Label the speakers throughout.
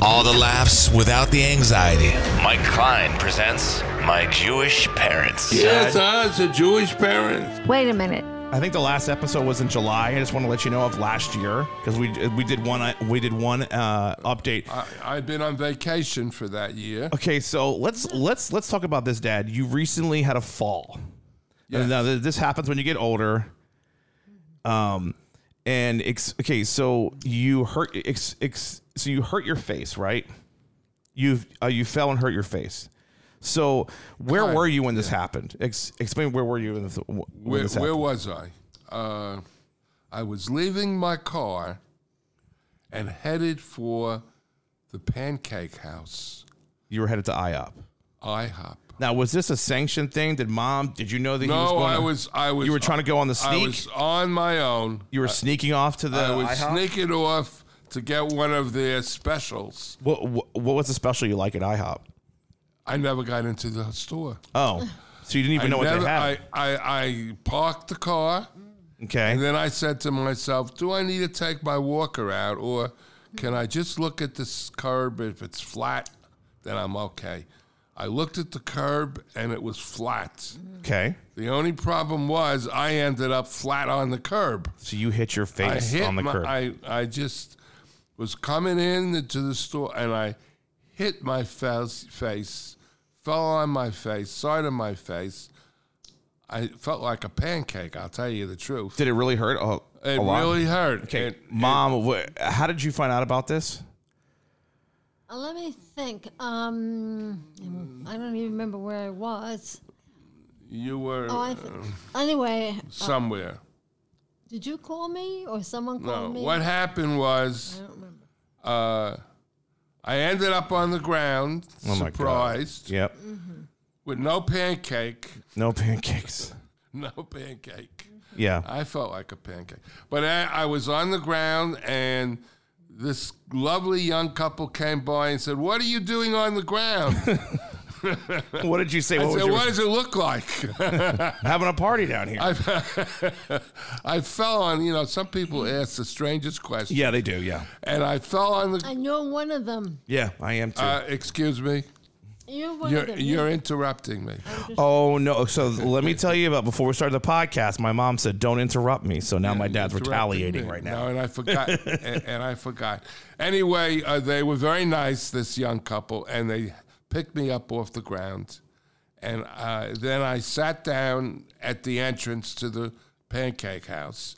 Speaker 1: All the laughs without the anxiety.
Speaker 2: Mike Klein presents My Jewish Parents.
Speaker 3: Yes, us, the Jewish parents.
Speaker 4: Wait a minute.
Speaker 5: I think the last episode was in July. I just want to let you know of last year because we we did one we did one uh, update.
Speaker 3: I, I've been on vacation for that year.
Speaker 5: Okay, so let's let's let's talk about this, Dad. You recently had a fall.
Speaker 3: Yes.
Speaker 5: Now th- this happens when you get older. Um, and ex- okay, so you hurt ex- ex- so you hurt your face, right? You uh, you fell and hurt your face. So where
Speaker 3: Kind-
Speaker 5: were you when this happened? Ex- explain where were you when this, when
Speaker 3: Where,
Speaker 5: this
Speaker 3: where
Speaker 5: happened?
Speaker 3: was I? Uh, I was leaving my car and headed for the pancake house,
Speaker 5: you were headed to IOP.
Speaker 3: IHOP.
Speaker 5: Now was this a sanctioned thing? Did mom? Did you know that? he was
Speaker 3: No,
Speaker 5: going
Speaker 3: I
Speaker 5: to-
Speaker 3: was. I was.
Speaker 5: You were trying to go on the
Speaker 3: I
Speaker 5: sneak.
Speaker 3: was on my own.
Speaker 5: you were sneaking off to the.
Speaker 3: I was
Speaker 5: IHOP?
Speaker 3: sneaking off to get one of their specials.
Speaker 5: What, what what was the special you like at IHOP?
Speaker 3: I never got into the store.
Speaker 5: Oh, so you didn't even know
Speaker 3: I,
Speaker 5: what
Speaker 3: never-
Speaker 5: they had.
Speaker 3: I, I, I parked the car.
Speaker 5: okay.
Speaker 3: And then I said to myself, do I need to take my walker out or can I just look at this curb? If it's flat, then I'm okay. I looked at the curb and it was flat.
Speaker 5: okay.
Speaker 3: The only problem was I ended up flat on the curb.
Speaker 5: So you hit your
Speaker 3: I
Speaker 5: face
Speaker 3: hit
Speaker 5: on the
Speaker 3: my,
Speaker 5: curb.
Speaker 3: I, I just was coming in to the store and I hit my face, face, fell on my face, side of my face. I felt like a pancake, I'll tell you the truth.
Speaker 5: Did it really hurt? Oh,
Speaker 3: It
Speaker 5: a lot?
Speaker 3: really hurt.
Speaker 5: Okay,
Speaker 3: It-
Speaker 5: mom. wh- how did you find out about this?
Speaker 4: Uh, let me think. Um, I don't even remember where I was.
Speaker 3: you were
Speaker 4: Oh, I th- anyway,
Speaker 3: somewhere.
Speaker 4: did you call me or someone
Speaker 3: No,
Speaker 4: called me?
Speaker 3: what happened was, uh, I ended up on the ground,
Speaker 5: Oh my God.
Speaker 3: surprised,
Speaker 5: Yep.
Speaker 3: with no pancake,
Speaker 5: No pancakes.
Speaker 3: no pancake.
Speaker 5: Yeah.
Speaker 3: I felt like a pancake. But I, I was on the ground, and this lovely young couple came by and said, What are you doing on the ground? I
Speaker 5: What did you say? What was
Speaker 3: said,
Speaker 5: your,
Speaker 3: What does it look like?
Speaker 5: having a party down here?
Speaker 3: I, I fell on, you know, some people ask the strangest questions,
Speaker 5: yeah, they do. Yeah.
Speaker 3: and I fell on the.
Speaker 4: I know one of them.
Speaker 5: Yeah, I am too.
Speaker 3: Uh, excuse me.
Speaker 4: You're one of
Speaker 3: You're,
Speaker 4: them.
Speaker 3: you're interrupting me.
Speaker 5: oh no! So let me tell you about before we started the podcast. My mom said, "Don't interrupt me." So now my dad's
Speaker 3: Interrupting
Speaker 5: retaliating
Speaker 3: me.
Speaker 5: right now.
Speaker 3: No, and I forgot. and, and I forgot. Anyway, uh, they were very nice, this young couple, and they picked me up off the ground. And uh, then I sat down at the entrance to the pancake house.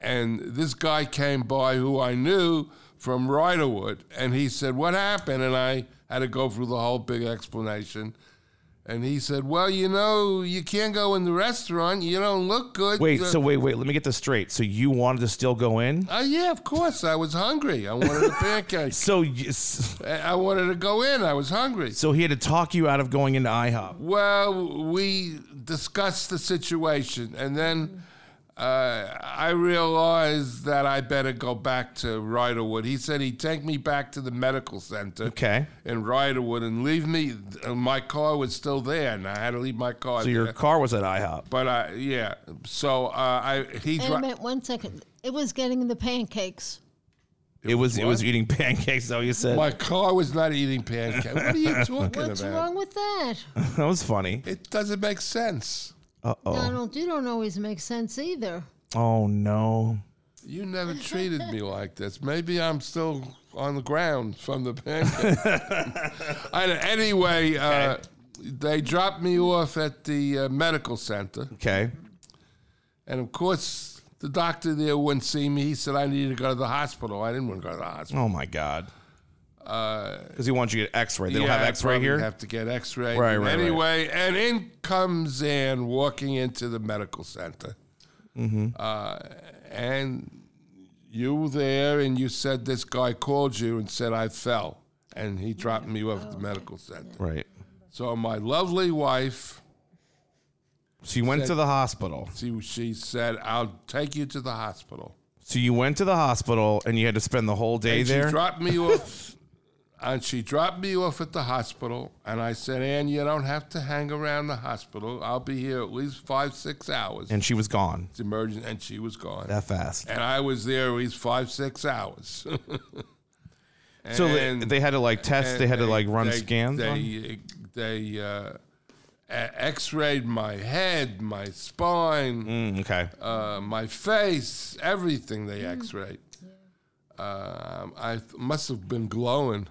Speaker 3: And this guy came by who I knew from Riderwood. And he said, What happened? And I had to go through the whole big explanation. And he said, Well, you know, you can't go in the restaurant. You don't look good.
Speaker 5: Wait.
Speaker 3: The-
Speaker 5: So wait, wait. Let me get this straight. So you wanted to still go in?
Speaker 3: Oh yeah, of course. I was hungry. I wanted a pancake.
Speaker 5: So you, so
Speaker 3: I I wanted to go in. I was hungry.
Speaker 5: he had to talk you out of going into IHOP.
Speaker 3: Well, we discussed the situation, and then uh, I realized that I better go back to Riderwood. He said he'd take me back to the medical center
Speaker 5: Okay.
Speaker 3: in Riderwood and leave me. uh, My car was still there, and I had to leave my car.
Speaker 5: So your
Speaker 3: there.
Speaker 5: car was at IHOP.
Speaker 3: But I, yeah. So uh, I he.
Speaker 4: Wait
Speaker 3: dri-
Speaker 4: a minute, one second. It was getting the pancakes.
Speaker 5: It was it was eating pancakes. Though you said
Speaker 3: my car was not eating pancakes. What are you talking
Speaker 4: What's
Speaker 3: about?
Speaker 4: wrong with that?
Speaker 5: that was funny.
Speaker 3: It doesn't make sense.
Speaker 5: Uh oh.
Speaker 4: Donald, you don't always make sense either.
Speaker 5: Oh no.
Speaker 3: You never treated me like this. Maybe I'm still on the ground from the pancake. I don't- anyway, uh, they dropped me off at the uh, medical center.
Speaker 5: Okay.
Speaker 3: And of course, the doctor there wouldn't see me. He said I needed to go to the hospital. I didn't want to go to the hospital.
Speaker 5: Oh my god. Because he wants you to get X-ray. They
Speaker 3: Uh, Yeah,
Speaker 5: don't
Speaker 3: I
Speaker 5: have X-ray
Speaker 3: probably
Speaker 5: here.
Speaker 3: Have to get X-ray.
Speaker 5: Right, right, right.
Speaker 3: Anyway, and in comes Ann walking into the medical center,
Speaker 5: Mm-hmm.
Speaker 3: uh, and you were there, and you said this guy called you and said I fell, and he dropped me off at the medical center.
Speaker 5: right.
Speaker 3: So my lovely wife,
Speaker 5: So you went to the hospital.
Speaker 3: she she said I'll take you to the hospital.
Speaker 5: So you went to the hospital and you had to spend the whole day
Speaker 3: And
Speaker 5: there.
Speaker 3: She dropped me off. And she dropped me off at the hospital, and I said, "Ann, you don't have to hang around the hospital. I'll be here at least five, six hours."
Speaker 5: and she was gone
Speaker 3: It's emergent, and she was gone.
Speaker 5: that fast.
Speaker 3: and I was there at least five, six hours.
Speaker 5: So they,
Speaker 3: And-
Speaker 5: they had to like test.
Speaker 3: and
Speaker 5: They had to like run
Speaker 3: they-
Speaker 5: scans. on-
Speaker 3: They they uh, e- X-rayed my head, my spine,
Speaker 5: Mm, okay.
Speaker 3: uh, my face, everything. They X-rayed. Um, I th- must have been glowing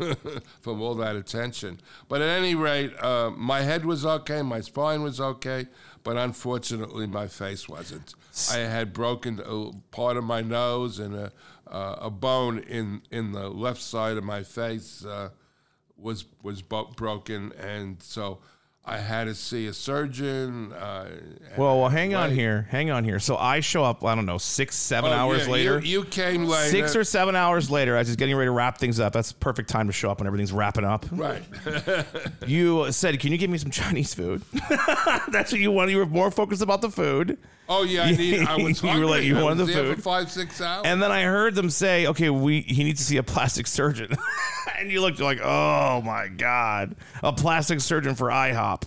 Speaker 3: from all that attention. But at any rate, uh, my head was okay, my spine was okay, but unfortunately, my face wasn't. I had broken a part of my nose and a, uh, a bone in, in the left side of my face uh, was was bo- broken, and so I had to see a surgeon. Uh, and-
Speaker 5: Well, well, hang on
Speaker 3: Wait.
Speaker 5: here. Hang on here. So I show up. I don't know, six, seven
Speaker 3: Oh,
Speaker 5: hours
Speaker 3: yeah, you-
Speaker 5: later.
Speaker 3: you, came later.
Speaker 5: Six or seven hours later, I was just getting ready to wrap things up. That's perfect time to show up when everything's wrapping up.
Speaker 3: right.
Speaker 5: You said, "Can you give me some Chinese food?" That's what you wanted. You were more focused about the food.
Speaker 3: Oh yeah, I need. I was
Speaker 5: You were
Speaker 3: hungry.
Speaker 5: like, you
Speaker 3: I
Speaker 5: wanted
Speaker 3: was
Speaker 5: the
Speaker 3: there
Speaker 5: food.
Speaker 3: for five, six hours.
Speaker 5: And then I heard them say, "Okay, we he needs to see a plastic surgeon." and you looked like, "Oh my god, a plastic surgeon for IHOP."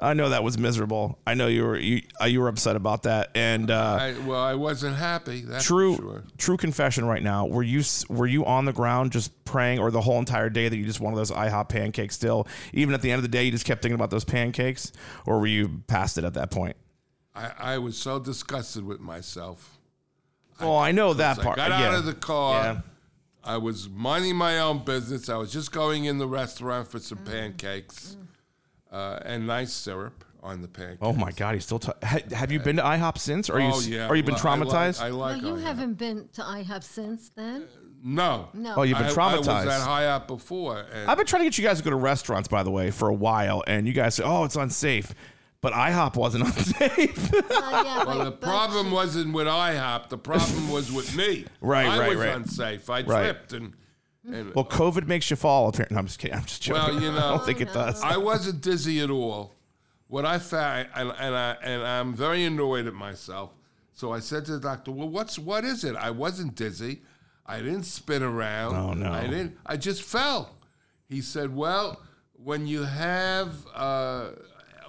Speaker 5: I know that was miserable. I know you were you uh, you were upset about that. And uh,
Speaker 3: I, well, I wasn't happy. That's
Speaker 5: true
Speaker 3: For sure.
Speaker 5: true confession right now. Were you s- were you on the ground just praying, or the whole entire day that you just wanted those IHOP pancakes? Still, even at the end of the day, you just kept thinking about those pancakes, or were you past it at that point?
Speaker 3: I, I was so disgusted with myself.
Speaker 5: Oh, I know that
Speaker 3: So
Speaker 5: part.
Speaker 3: I got out
Speaker 5: Yeah.
Speaker 3: of the car.
Speaker 5: Yeah.
Speaker 3: I was minding my own business. I was just going in the restaurant for
Speaker 4: Mm.
Speaker 3: some pancakes uh, and nice syrup on the pancakes.
Speaker 5: Oh my God, he's still. T- ha- have you been to IHOP since? Or are you?
Speaker 3: Oh,
Speaker 5: s-
Speaker 3: yeah.
Speaker 5: Or you been
Speaker 3: Well, I like-
Speaker 5: traumatized?
Speaker 3: I
Speaker 4: Well,
Speaker 3: like.
Speaker 4: you
Speaker 3: IHOP.
Speaker 4: haven't been to IHOP since then.
Speaker 3: No.
Speaker 4: No.
Speaker 5: Oh, you've
Speaker 3: I,
Speaker 5: been
Speaker 3: I was
Speaker 5: traumatized. I,
Speaker 3: that high up before. and-
Speaker 5: have been trying to get you guys to go to restaurants, by the way, for a while, and you guys say, "Oh, it's unsafe," but IHOP wasn't unsafe.
Speaker 4: Well, yeah,
Speaker 3: Well,
Speaker 4: but-
Speaker 3: the
Speaker 4: but
Speaker 3: problem wasn't with IHOP. The problem was with me.
Speaker 5: Right,
Speaker 3: I
Speaker 5: right,
Speaker 3: was
Speaker 5: right.
Speaker 3: unsafe. I
Speaker 5: Right.
Speaker 3: tripped and. and
Speaker 5: well, COVID makes you fall. Apparently, no, I'm just kidding. I'm just joking.
Speaker 3: Well, you
Speaker 5: I
Speaker 3: know-
Speaker 5: don't think it does.
Speaker 3: I wasn't dizzy at all. What I found, and, and I and I'm very annoyed at myself. So I said to the doctor, "Well, what's what is it? I wasn't dizzy. I didn't spin around.
Speaker 5: Oh, no.
Speaker 3: I didn't. I just fell." He said, "Well, when you have, uh,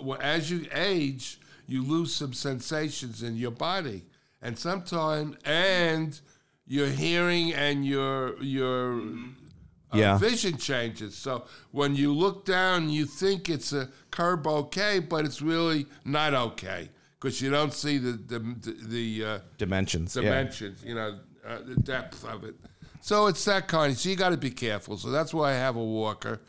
Speaker 3: well, as you age, you lose some sensations in your body, and sometimes and." Your hearing and your your
Speaker 5: yeah.
Speaker 3: uh, vision changes. So when you look down, you think it's a curb okay, but it's really not okay because you don't see the the the uh,
Speaker 5: dimensions. Yeah.
Speaker 3: dimensions, you know, uh, the depth of it. So it's that kind. So you got to be careful. So that's why I have a walker,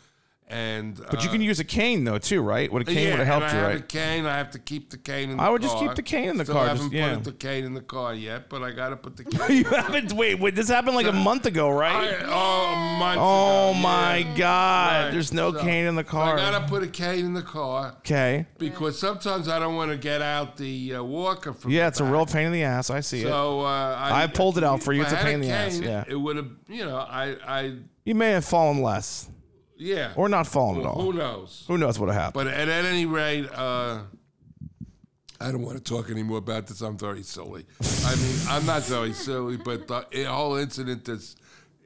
Speaker 3: and
Speaker 5: But you can use a cane though too, right? What a cane
Speaker 3: uh, yeah,
Speaker 5: would have helped
Speaker 3: and
Speaker 5: you,
Speaker 3: I have
Speaker 5: right?
Speaker 3: a cane. I have to keep the cane in the
Speaker 5: I would just
Speaker 3: car.
Speaker 5: keep the cane in the
Speaker 3: Still
Speaker 5: car,
Speaker 3: haven't
Speaker 5: just- yeah.
Speaker 3: put the cane in the car yet, but I got to put the cane.
Speaker 5: you haven't. Wait, wait. This happened like a month ago, right?
Speaker 3: I- oh, months ago,
Speaker 5: oh
Speaker 3: yeah.
Speaker 5: my God.
Speaker 3: Right,
Speaker 5: There's no
Speaker 3: so-
Speaker 5: cane in the
Speaker 3: So I
Speaker 5: car.
Speaker 3: got to put a cane in the car.
Speaker 5: okay.
Speaker 3: because sometimes I don't want to get out the uh, walker from.
Speaker 5: Yeah,
Speaker 3: the
Speaker 5: it's a
Speaker 3: back.
Speaker 5: real pain in the ass. I see it.
Speaker 3: So uh, I,
Speaker 5: I pulled it out for you.
Speaker 3: if
Speaker 5: It's
Speaker 3: I
Speaker 5: a
Speaker 3: had
Speaker 5: pain in the ass,
Speaker 3: cane,
Speaker 5: yeah.
Speaker 3: it would have. You know, I, I,
Speaker 5: You may have fallen less,
Speaker 3: yeah.
Speaker 5: or not fallen at
Speaker 3: Well,
Speaker 5: all.
Speaker 3: Who knows?
Speaker 5: Who knows what happened?
Speaker 3: But at, at any rate, uh, I don't want to talk anymore about this. I'm very silly. I mean, I'm not very silly, but the it- whole incident is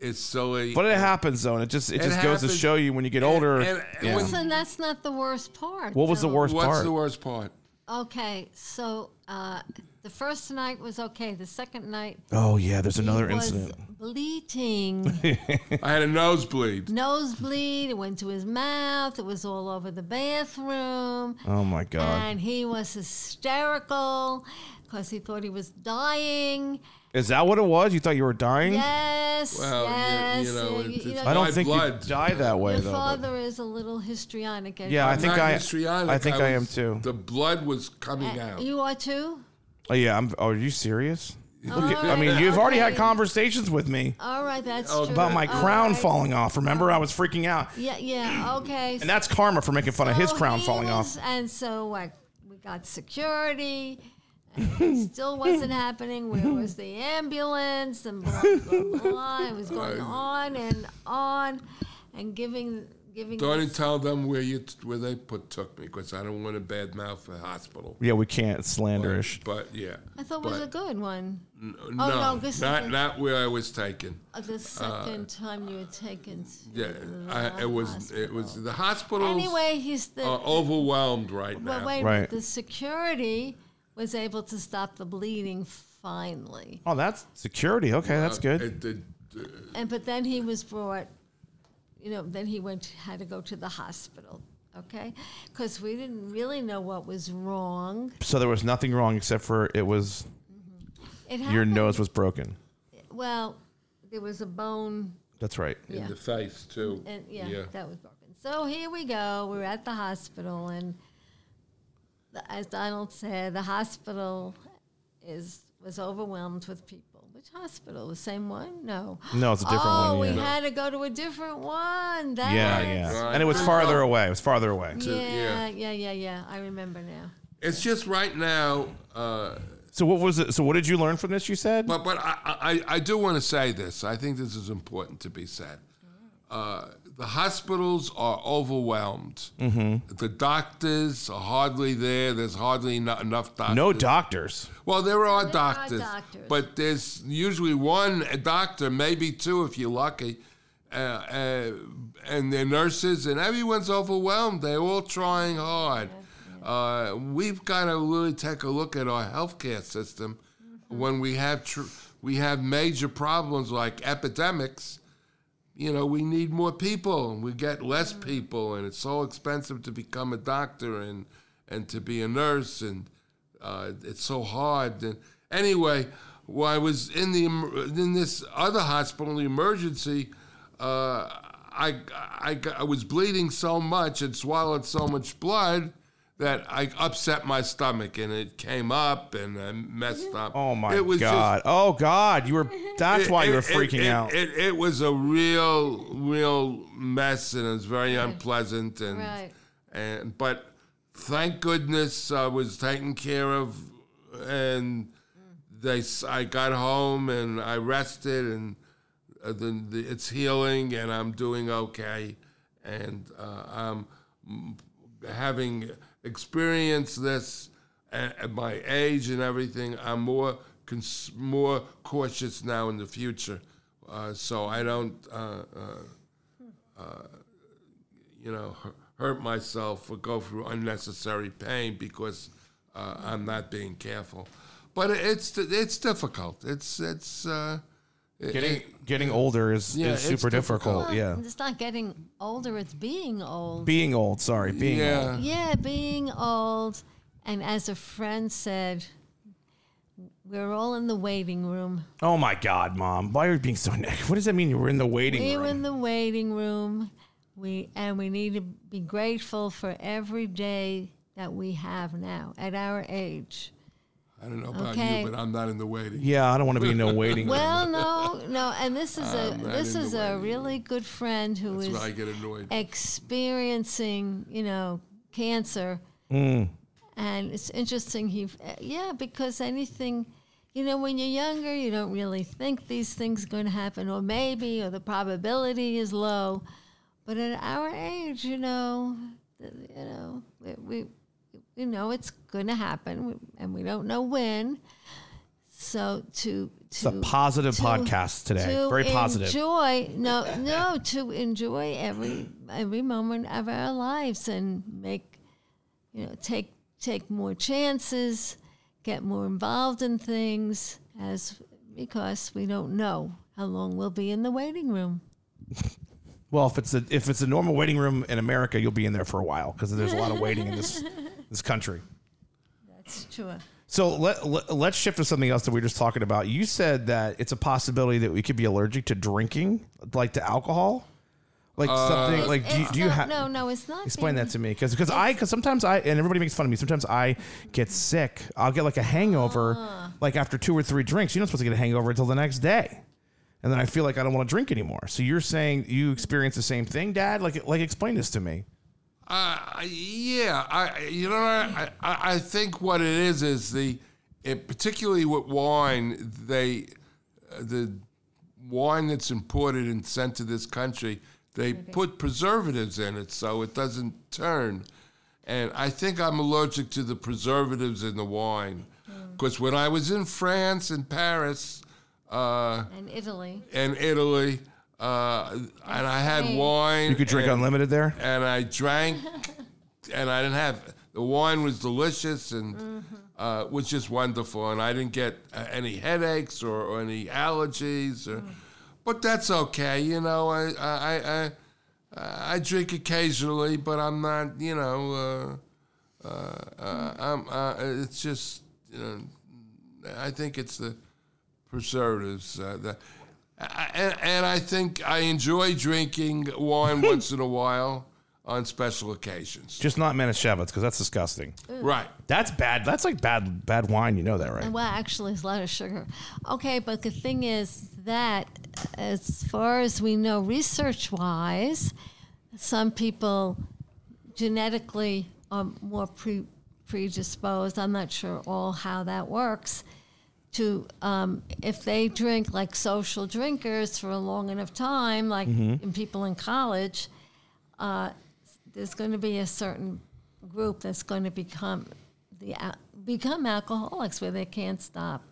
Speaker 3: is silly.
Speaker 5: But, it happens though, and it just it, just goes to
Speaker 3: happens.
Speaker 5: show you when you get older.
Speaker 3: and- and
Speaker 5: yeah.
Speaker 3: when-
Speaker 4: So that's not the worst part.
Speaker 5: what was the
Speaker 4: though.
Speaker 5: worst
Speaker 3: what's
Speaker 5: part?
Speaker 3: the worst part?
Speaker 4: Okay, so uh, the first night was okay. The second night
Speaker 5: oh yeah, there's
Speaker 4: he
Speaker 5: another
Speaker 4: was
Speaker 5: incident.
Speaker 4: bleating,
Speaker 3: I had a nosebleed.
Speaker 4: nosebleed. It went to his mouth. It was all over the bathroom.
Speaker 5: Oh my god,
Speaker 4: And he was hysterical because he thought he was dying.
Speaker 5: is that what it was? You thought you were dying?
Speaker 4: Yes,
Speaker 3: Well, you-
Speaker 4: yes.
Speaker 3: you know,
Speaker 4: you-
Speaker 3: it's-
Speaker 4: you
Speaker 3: it's
Speaker 4: know,
Speaker 5: Hmm. I don't
Speaker 3: My
Speaker 5: think
Speaker 3: blood.
Speaker 5: you die that way
Speaker 4: your
Speaker 5: though. but-
Speaker 4: father is a little histrionic. as
Speaker 5: yeah,
Speaker 4: you
Speaker 5: I think
Speaker 3: Not
Speaker 5: I
Speaker 3: histrionic,
Speaker 5: I think I, am
Speaker 3: was-
Speaker 5: too.
Speaker 3: The blood was coming
Speaker 4: know.
Speaker 3: out.
Speaker 4: Uh, You are too.
Speaker 5: oh yeah, I'm. Oh, are you serious?
Speaker 4: All
Speaker 5: I mean,
Speaker 4: right,
Speaker 5: you've already had
Speaker 4: okay.
Speaker 5: conversations with me
Speaker 4: All right, that's
Speaker 3: Oh,
Speaker 4: true.
Speaker 5: about my
Speaker 4: All
Speaker 5: crown
Speaker 4: right.
Speaker 5: falling off. Remember, I was freaking out,
Speaker 4: Yeah, yeah, okay.
Speaker 5: and that's karma for making fun of his
Speaker 3: Oh,
Speaker 4: So
Speaker 5: crown
Speaker 4: he
Speaker 5: falling off.
Speaker 4: was- Oh, And so like, we got security. and it still wasn't happening. Where was the ambulance? And blah blah blah. It was going on and on, and giving giving.
Speaker 3: Don't even tell them where you where they put took me because I don't want a bad mouth for hospital.
Speaker 5: Yeah, we can't It's slanderish.
Speaker 3: But yeah,
Speaker 4: I thought it
Speaker 3: but
Speaker 4: was a good one.
Speaker 3: no,
Speaker 4: no, this is
Speaker 3: not
Speaker 4: a-
Speaker 3: not where I was taken.
Speaker 4: Uh, The second time you were taken. To
Speaker 3: Yeah, I, it was it was the hospitals
Speaker 4: Anyway, he's the.
Speaker 3: are overwhelmed right
Speaker 4: but
Speaker 3: now.
Speaker 4: wait, a
Speaker 5: Right.
Speaker 4: minute, the security was able to stop the bleeding finally.
Speaker 5: Oh, that's security. Okay, that's good.
Speaker 3: It, uh, it
Speaker 4: and but then he was brought, you know, then he went had to go to the hospital. Okay, because we didn't really know what was wrong.
Speaker 5: So there was nothing wrong except for it was
Speaker 4: It
Speaker 5: your
Speaker 4: happened.
Speaker 5: nose was broken.
Speaker 4: Well, there was a bone.
Speaker 5: That's right.
Speaker 4: Yeah.
Speaker 3: in the face too.
Speaker 4: And yeah, that was broken. So here we go. We're at the hospital, and the, as Donald said, the hospital is was overwhelmed with people. Which hospital? The same one? No.
Speaker 5: No, it's a different one,
Speaker 4: Oh, we
Speaker 5: yeah.
Speaker 4: had to go to a different one. That
Speaker 5: Yeah, yeah. And it was farther away. It was farther away.
Speaker 4: Yeah,
Speaker 3: yeah.
Speaker 4: yeah, yeah, yeah. I remember now.
Speaker 3: It's just right now. Uh,
Speaker 5: So what was it? So what did you learn from this? You said.
Speaker 3: But but I, I, I do want to say this. I think this is important to be said. Uh, the hospitals are overwhelmed.
Speaker 5: Mm-hmm.
Speaker 3: The doctors are hardly there. There's hardly no- enough doctors.
Speaker 5: No doctors.
Speaker 3: Well, there are
Speaker 4: There are
Speaker 3: doctors,
Speaker 4: doctors.
Speaker 3: but there's usually one doctor, maybe two if you're lucky, uh, uh, and they're nurses, and everyone's overwhelmed. They're all trying hard. Uh, we've got to really take a look at our healthcare system
Speaker 4: Mm-hmm.
Speaker 3: when we have tr- we have major problems like epidemics. You know, we need more people, and we get less people, and it's so expensive to become a doctor and and to be a nurse and uh, it's so hard. And anyway, while I was in the em- in this other hospital, the emergency, uh, I, I got- I was bleeding so much and swallowed so much blood that I upset my stomach and it came up and I messed up.
Speaker 5: Oh my
Speaker 3: it was just-
Speaker 5: god. oh god. You were. That's
Speaker 3: it-
Speaker 5: why you
Speaker 3: it-
Speaker 5: were
Speaker 3: it-
Speaker 5: freaking
Speaker 3: it-
Speaker 5: out.
Speaker 3: It, it was a real, real mess, and it was very unpleasant. And
Speaker 4: Right.
Speaker 3: and but thank goodness I was taken care of, and they s- I got home and I rested, and uh, the, the it's healing, and I'm doing okay, and uh, I'm mm, having experienced this at, at my age and everything. I'm more cons- more cautious now in the future, uh, so I don't. Uh, uh, you know, hu- hurt myself or go through unnecessary pain because uh, I'm not being careful. But it's it's difficult. It's it's uh, it-
Speaker 5: Getting
Speaker 3: it-
Speaker 5: getting older is,
Speaker 3: Yeah,
Speaker 5: is
Speaker 3: it's
Speaker 5: super difficult.
Speaker 3: difficult.
Speaker 5: Yeah.
Speaker 4: Oh, It's not getting older, it's being old.
Speaker 5: Being old. Sorry. Being old.
Speaker 3: yeah.
Speaker 4: yeah, being old. And as a friend said, we're all in the waiting room.
Speaker 5: Oh my god, mom. Why are you being so negative? What does that mean? You were in the waiting
Speaker 4: We were
Speaker 5: room.
Speaker 4: in the waiting room. We and we need to be grateful for every day that we have now at our age.
Speaker 3: I don't know about
Speaker 4: Okay.
Speaker 3: you, but I'm not in the waiting.
Speaker 5: yeah, I don't want to be in no waiting room.
Speaker 4: Well, no, no, and this is a
Speaker 3: I'm not
Speaker 4: this
Speaker 3: in the
Speaker 4: is a
Speaker 3: waiting
Speaker 4: really good friend who is
Speaker 3: That's why I get annoyed.
Speaker 4: experiencing, you know, cancer.
Speaker 5: Mm.
Speaker 4: And it's interesting. He, yeah, because anything, you know, when you're younger, you don't really think these things going to happen, or maybe, or the probability is low. But at our age, you know, th- you know, we, we you know it's going to happen, and we don't know when. So to
Speaker 5: It's a
Speaker 4: to
Speaker 5: positive
Speaker 4: to-
Speaker 5: podcast today.
Speaker 4: to
Speaker 5: Very positive.
Speaker 4: Enjoy no no to enjoy every every moment of our lives and make you know take take more chances, get more involved in things as because we don't know how long we'll be in the waiting room.
Speaker 5: Well, if it's a if it's a normal waiting room in America, you'll be in there for a while because there's a lot of waiting in this this country.
Speaker 4: That's true.
Speaker 5: So let, let let's shift to something else that we were just talking about. You said that it's a possibility that we could be allergic to drinking, like to alcohol, like something like do, you- do you have
Speaker 4: no no it's not
Speaker 5: explain
Speaker 4: being-
Speaker 5: that to me because because I because sometimes I and everybody makes fun of me. Sometimes I get sick. I'll get like a hangover,
Speaker 4: Ah.
Speaker 5: like after two or three drinks. You're not supposed to get a hangover until the next day, and then I feel like I don't want to drink anymore. So you're saying you experience the same thing, Dad? Like like explain this to me.
Speaker 3: Uh, yeah, I you know I, I I think what it is is the it, particularly with wine they uh, the wine that's imported and sent to this country they put preservatives in it so it doesn't turn, and I think I'm allergic to the preservatives in the wine because when I was in France and Paris. Uh,
Speaker 4: in Italy.
Speaker 3: and Italy, uh, and I had wine.
Speaker 5: You could drink
Speaker 3: and-
Speaker 5: unlimited there.
Speaker 3: and I drank, and I didn't have the wine was delicious and uh, was just wonderful, and I didn't get uh, any headaches or, or any allergies, or, but that's okay. You know, I I I- I, I drink occasionally, but I'm not. You know, uh, uh, uh, I'm. Uh, it's just. You know, I think it's the preservatives. Uh, the, I, and, and I think I enjoy drinking wine once in a while on special occasions.
Speaker 5: Just not Manischewitz because that's disgusting.
Speaker 3: Right.
Speaker 5: That's bad. That's like bad bad wine. You know that, right?
Speaker 4: Well, actually, it's a lot of sugar. Okay, but the thing is that, as far as we know, research wise, some people genetically are more pre- predisposed. I'm not sure all how that works. To um, if they drink like social drinkers for a long enough time, like in people in college, uh, there's going to be a certain group that's going to become the al- become alcoholics where they can't stop.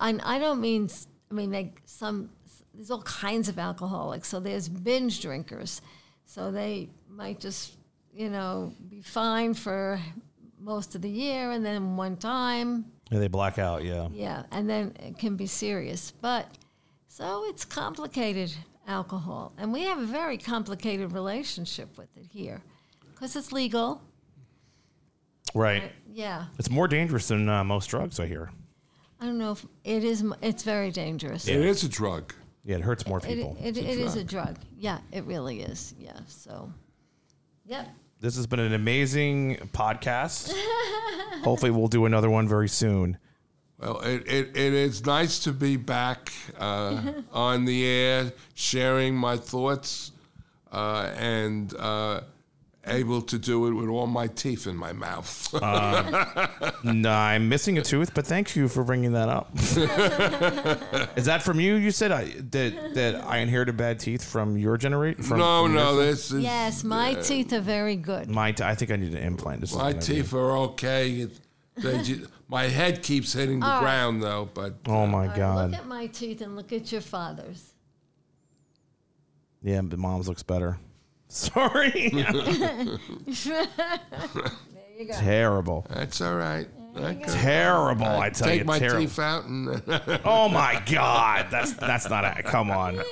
Speaker 4: And I don't mean s- I mean like some there's all kinds of alcoholics. So there's binge drinkers. So they might just you know be fine for most of the year and then one time
Speaker 5: Yeah, they black out. Yeah.
Speaker 4: yeah, and then it can be serious. But so it's complicated alcohol, and we have a very complicated relationship with it here because it's legal.
Speaker 5: Right.
Speaker 4: Yeah,
Speaker 5: It's more dangerous than uh, most drugs. I hear.
Speaker 4: I don't know if it is. m- It's very dangerous.
Speaker 3: It is a drug.
Speaker 5: Yeah, it hurts more
Speaker 4: It,
Speaker 5: people.
Speaker 4: it, it is a drug. Yeah, it really is. Yeah. So, yep.
Speaker 5: this has been an amazing podcast. Hopefully, we'll do another one very soon.
Speaker 3: Well, it, it, it is nice to be back uh, on the air, sharing my thoughts, uh, and uh, able to do it with all my teeth in my mouth.
Speaker 5: No, I'm missing a tooth, but thank you for bringing that up. Is that from you? You said I, that that I inherited bad teeth from your generation. From,
Speaker 3: no,
Speaker 5: from
Speaker 3: no,
Speaker 5: yours?
Speaker 3: this is
Speaker 4: Yes, my teeth are very good.
Speaker 5: my t- I think I need an implant. This is
Speaker 3: my
Speaker 5: gonna be-
Speaker 3: teeth are okay. It- they ju- my head keeps hitting the
Speaker 4: All right.
Speaker 3: ground though, but
Speaker 5: Oh my
Speaker 4: Look
Speaker 5: god!
Speaker 4: at my teeth and look at your father's.
Speaker 5: Yeah, but mom's looks better. Sorry, terrible,
Speaker 3: that's all right. Okay.
Speaker 5: terrible. I tell
Speaker 3: Uh, Take
Speaker 5: you,
Speaker 3: my uh,
Speaker 5: terrible.
Speaker 3: teeth out and
Speaker 5: Oh my god, that's that's not. A, come on,